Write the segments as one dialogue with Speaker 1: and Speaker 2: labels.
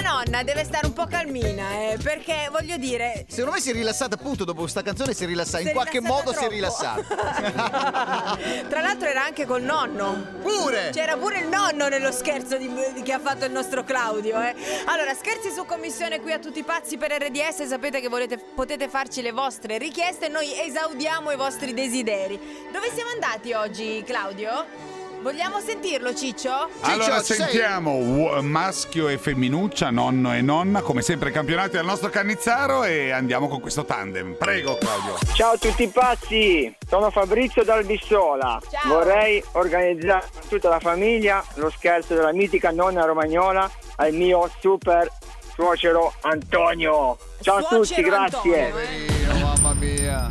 Speaker 1: nonna deve stare un po' calmina, eh, perché voglio dire.
Speaker 2: Secondo me si è rilassata appunto dopo questa canzone, si è rilassata,
Speaker 1: si è
Speaker 2: in qualche
Speaker 1: rilassata
Speaker 2: modo si è
Speaker 1: troppo.
Speaker 2: rilassata.
Speaker 1: Tra l'altro era anche col nonno.
Speaker 2: Pure!
Speaker 1: C'era pure il nonno nello scherzo di- di- che ha fatto il nostro Claudio. eh. Allora, scherzi su commissione qui a tutti i pazzi per RDS. Sapete che volete- potete farci le vostre richieste. Noi esaudiamo i vostri desideri. Dove siamo andati oggi, Claudio? Vogliamo sentirlo, Ciccio?
Speaker 3: allora
Speaker 2: sei-
Speaker 3: sentiamo uo- maschio e femminuccia, nonno e nonna, come sempre campionati al nostro Cannizzaro e andiamo con questo tandem. Prego Claudio.
Speaker 4: Ciao a tutti pazzi, sono Fabrizio Dalbissola.
Speaker 1: Ciao.
Speaker 4: Vorrei organizzare con tutta la famiglia lo scherzo della mitica nonna romagnola al mio super suocero Antonio. Ciao a
Speaker 1: Suocero
Speaker 4: tutti, grazie.
Speaker 1: Antonio, eh.
Speaker 2: Mamma mia.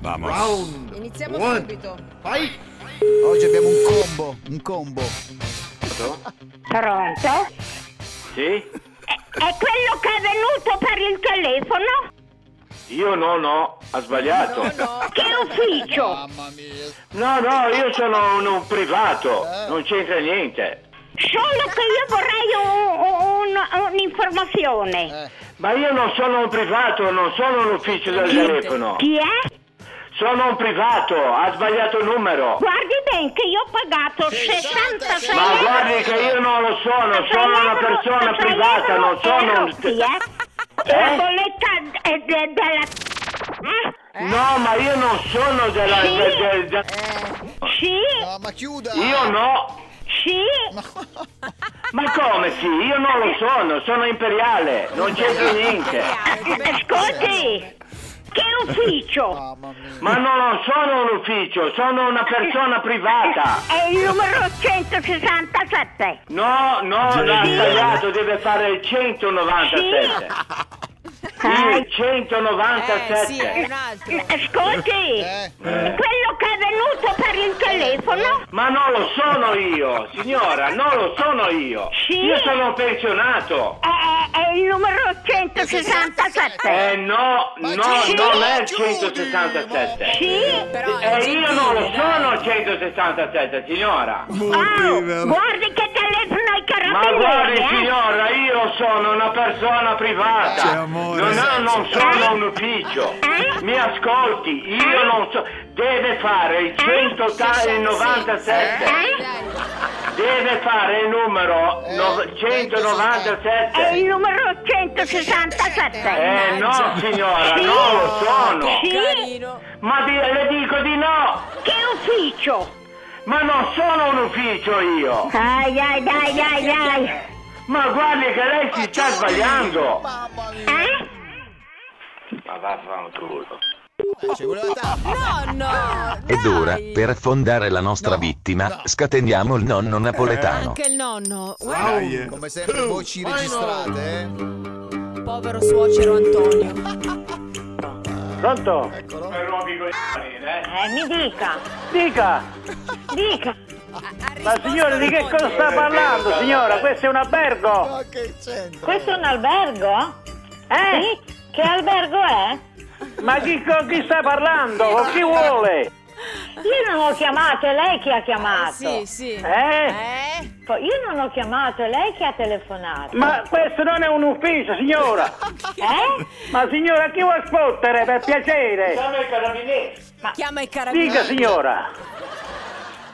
Speaker 3: Vamos.
Speaker 1: Iniziamo subito.
Speaker 2: Oggi abbiamo un combo, un combo.
Speaker 5: Pronto?
Speaker 1: eh.
Speaker 6: Sì?
Speaker 5: È, è quello che è venuto per il telefono?
Speaker 6: Io no, no, ha sbagliato.
Speaker 1: No, Oh no.
Speaker 5: Che ufficio?
Speaker 2: Mamma mia.
Speaker 6: No, no, io sono un, un privato, non c'entra niente.
Speaker 5: Solo che io vorrei un- un- un- un'informazione.
Speaker 6: Ma io non sono un privato, non sono un ufficio del telefono.
Speaker 5: Chi è?
Speaker 6: Sono un privato, ha sbagliato il numero.
Speaker 5: Guardi ben che io ho pagato 66
Speaker 6: Ma
Speaker 5: euro.
Speaker 6: Ah, guardi che io non lo sono,
Speaker 5: 66
Speaker 6: sono una
Speaker 5: euro-
Speaker 6: persona
Speaker 5: 66
Speaker 6: privata,
Speaker 5: euro
Speaker 6: non sono un...
Speaker 5: erotti, eh? La bolletta è de- della... Eh?
Speaker 6: No, ma io non sono della...
Speaker 5: Sì.
Speaker 6: de- de- de-
Speaker 5: Sì,
Speaker 2: No, ma chiuda.
Speaker 6: Io no.
Speaker 5: sì.
Speaker 6: Ma come sì? Io non lo sono, sono imperiale, non c'entra niente.
Speaker 5: Ascolti. Eh, Che ufficio?
Speaker 2: Mamma mia.
Speaker 6: Ma no, non sono un ufficio, sono una persona privata.
Speaker 5: È il numero 167.
Speaker 6: No, no, l'ha
Speaker 5: Sì.
Speaker 6: sbagliato, deve fare il 197.
Speaker 5: Ah,
Speaker 6: Il 197.
Speaker 1: Eh, sì, è un altro.
Speaker 5: Mm, Ascolti,
Speaker 2: Eh.
Speaker 5: quello che è venuto per il telefono,
Speaker 6: Ma non lo sono io, signora, non lo sono io.
Speaker 5: Sì.
Speaker 6: Io sono un pensionato.
Speaker 5: è, è- è il numero 167.
Speaker 6: Eh no,
Speaker 2: Ma
Speaker 6: no,
Speaker 2: chiudi,
Speaker 6: non è il
Speaker 2: chiudi,
Speaker 6: 167.
Speaker 5: Sì,
Speaker 1: Però è eh,
Speaker 6: E io non lo
Speaker 1: gentile, dai.
Speaker 6: sono il 167, signora.
Speaker 5: wow, Oh, guardi che telefono ai
Speaker 6: Oh, Ma
Speaker 5: carabinieri,
Speaker 6: guardi
Speaker 5: eh.
Speaker 6: signora, io sono una persona privata.
Speaker 3: Sì, amore.
Speaker 6: Non, ho- non sono
Speaker 5: Eh?
Speaker 6: un ufficio.
Speaker 5: Eh?
Speaker 6: Mi ascolti, io
Speaker 5: Eh?
Speaker 6: non so. Deve fare il 197.
Speaker 5: Eh?
Speaker 6: Deve fare il numero no- 197.
Speaker 5: È il numero 167.
Speaker 6: Eh no signora,
Speaker 5: Sì?
Speaker 6: non lo sono.
Speaker 5: Sì?
Speaker 1: Carino.
Speaker 6: Ma di- le dico di no.
Speaker 5: Che ufficio?
Speaker 6: Ma non sono un ufficio io.
Speaker 5: Ai ai ai ai ai.
Speaker 6: Ma guardi che lei si sta sbagliando.
Speaker 2: Mamma mia.
Speaker 5: Eh?
Speaker 6: Ma vaffanculo.
Speaker 2: Ci voleva tanto.
Speaker 1: Nonno!
Speaker 7: Ed
Speaker 1: dai!
Speaker 7: ora, per affondare la nostra
Speaker 2: No,
Speaker 7: vittima,
Speaker 2: no.
Speaker 7: scateniamo il nonno napoletano.
Speaker 1: Anche il nonno. Guarda,
Speaker 3: Dai, eh.
Speaker 2: Come sempre voci registrate, eh.
Speaker 1: povero suocero Antonio.
Speaker 4: Pronto?
Speaker 2: Eccolo.
Speaker 5: Eh, mi dica,
Speaker 4: Dica,
Speaker 5: dica.
Speaker 4: ma signore di che cosa sta parlando signora? Questo è un albergo.
Speaker 2: Ma che c'entra?
Speaker 5: Questo è un albergo? Eh? Che albergo è?
Speaker 4: Ma chi, con chi sta parlando? Con chi vuole?
Speaker 5: Io non ho chiamato, è lei che ha chiamato.
Speaker 1: Ah, Sì, sì.
Speaker 4: Eh?
Speaker 1: Eh?
Speaker 5: Po- Io non ho chiamato, è lei che ha telefonato.
Speaker 4: Ma questo non è un ufficio signora.
Speaker 5: Eh?
Speaker 4: Ma signora chi vuol spottere per piacere?
Speaker 6: Chiama il carabinieri.
Speaker 1: Chiama i carabinieri.
Speaker 4: Dica signora.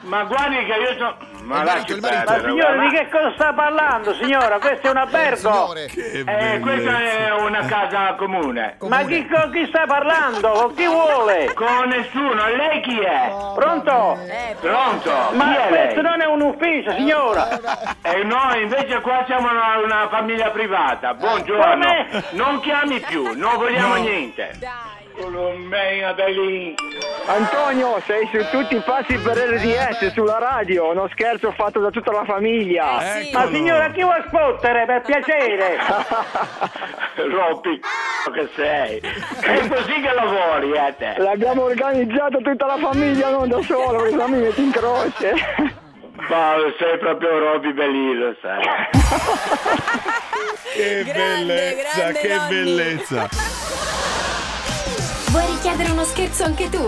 Speaker 6: Ma guardi che io sono... Ma
Speaker 2: Il
Speaker 6: lasci
Speaker 2: marito, il marito.
Speaker 6: perdere,
Speaker 4: Ma signore,
Speaker 6: guarda.
Speaker 4: di che cosa sta parlando, signora? Questo è un
Speaker 2: Eh,
Speaker 4: albergo.
Speaker 2: Signore.
Speaker 3: Che
Speaker 6: Eh, questa
Speaker 3: bellezza.
Speaker 6: è una casa comune.
Speaker 4: Ma chi, con chi sta parlando? Con chi vuole?
Speaker 6: Con nessuno, lei chi è?
Speaker 4: Pronto?
Speaker 1: Eh,
Speaker 6: Pronto? chi
Speaker 4: Ma
Speaker 6: è
Speaker 4: questo
Speaker 6: lei?
Speaker 4: non è un ufficio, signora.
Speaker 6: Eh, noi invece qua siamo una, una famiglia privata. Buongiorno.
Speaker 4: Eh, Come?
Speaker 6: Non chiami più, non vogliamo niente.
Speaker 1: dai.
Speaker 6: Colombina da lì.
Speaker 4: Antonio, sei su tutti i passi per RDS, sulla radio. Uno scherzo fatto da tutta la famiglia.
Speaker 1: Eh, sì.
Speaker 4: Ma signora, chi vuol spottere per piacere?
Speaker 6: Rompi c***o che sei. È così che lavori, eh te.
Speaker 4: L'abbiamo organizzata tutta la famiglia, non da solo, perché la mia ti incroce.
Speaker 6: Ma sei proprio Rompi Belilo, sai.
Speaker 3: Che
Speaker 1: Grande,
Speaker 3: bellezza,
Speaker 1: grande
Speaker 3: che
Speaker 1: nonni.
Speaker 3: bellezza.
Speaker 8: Vuoi richiedere uno scherzo anche tu?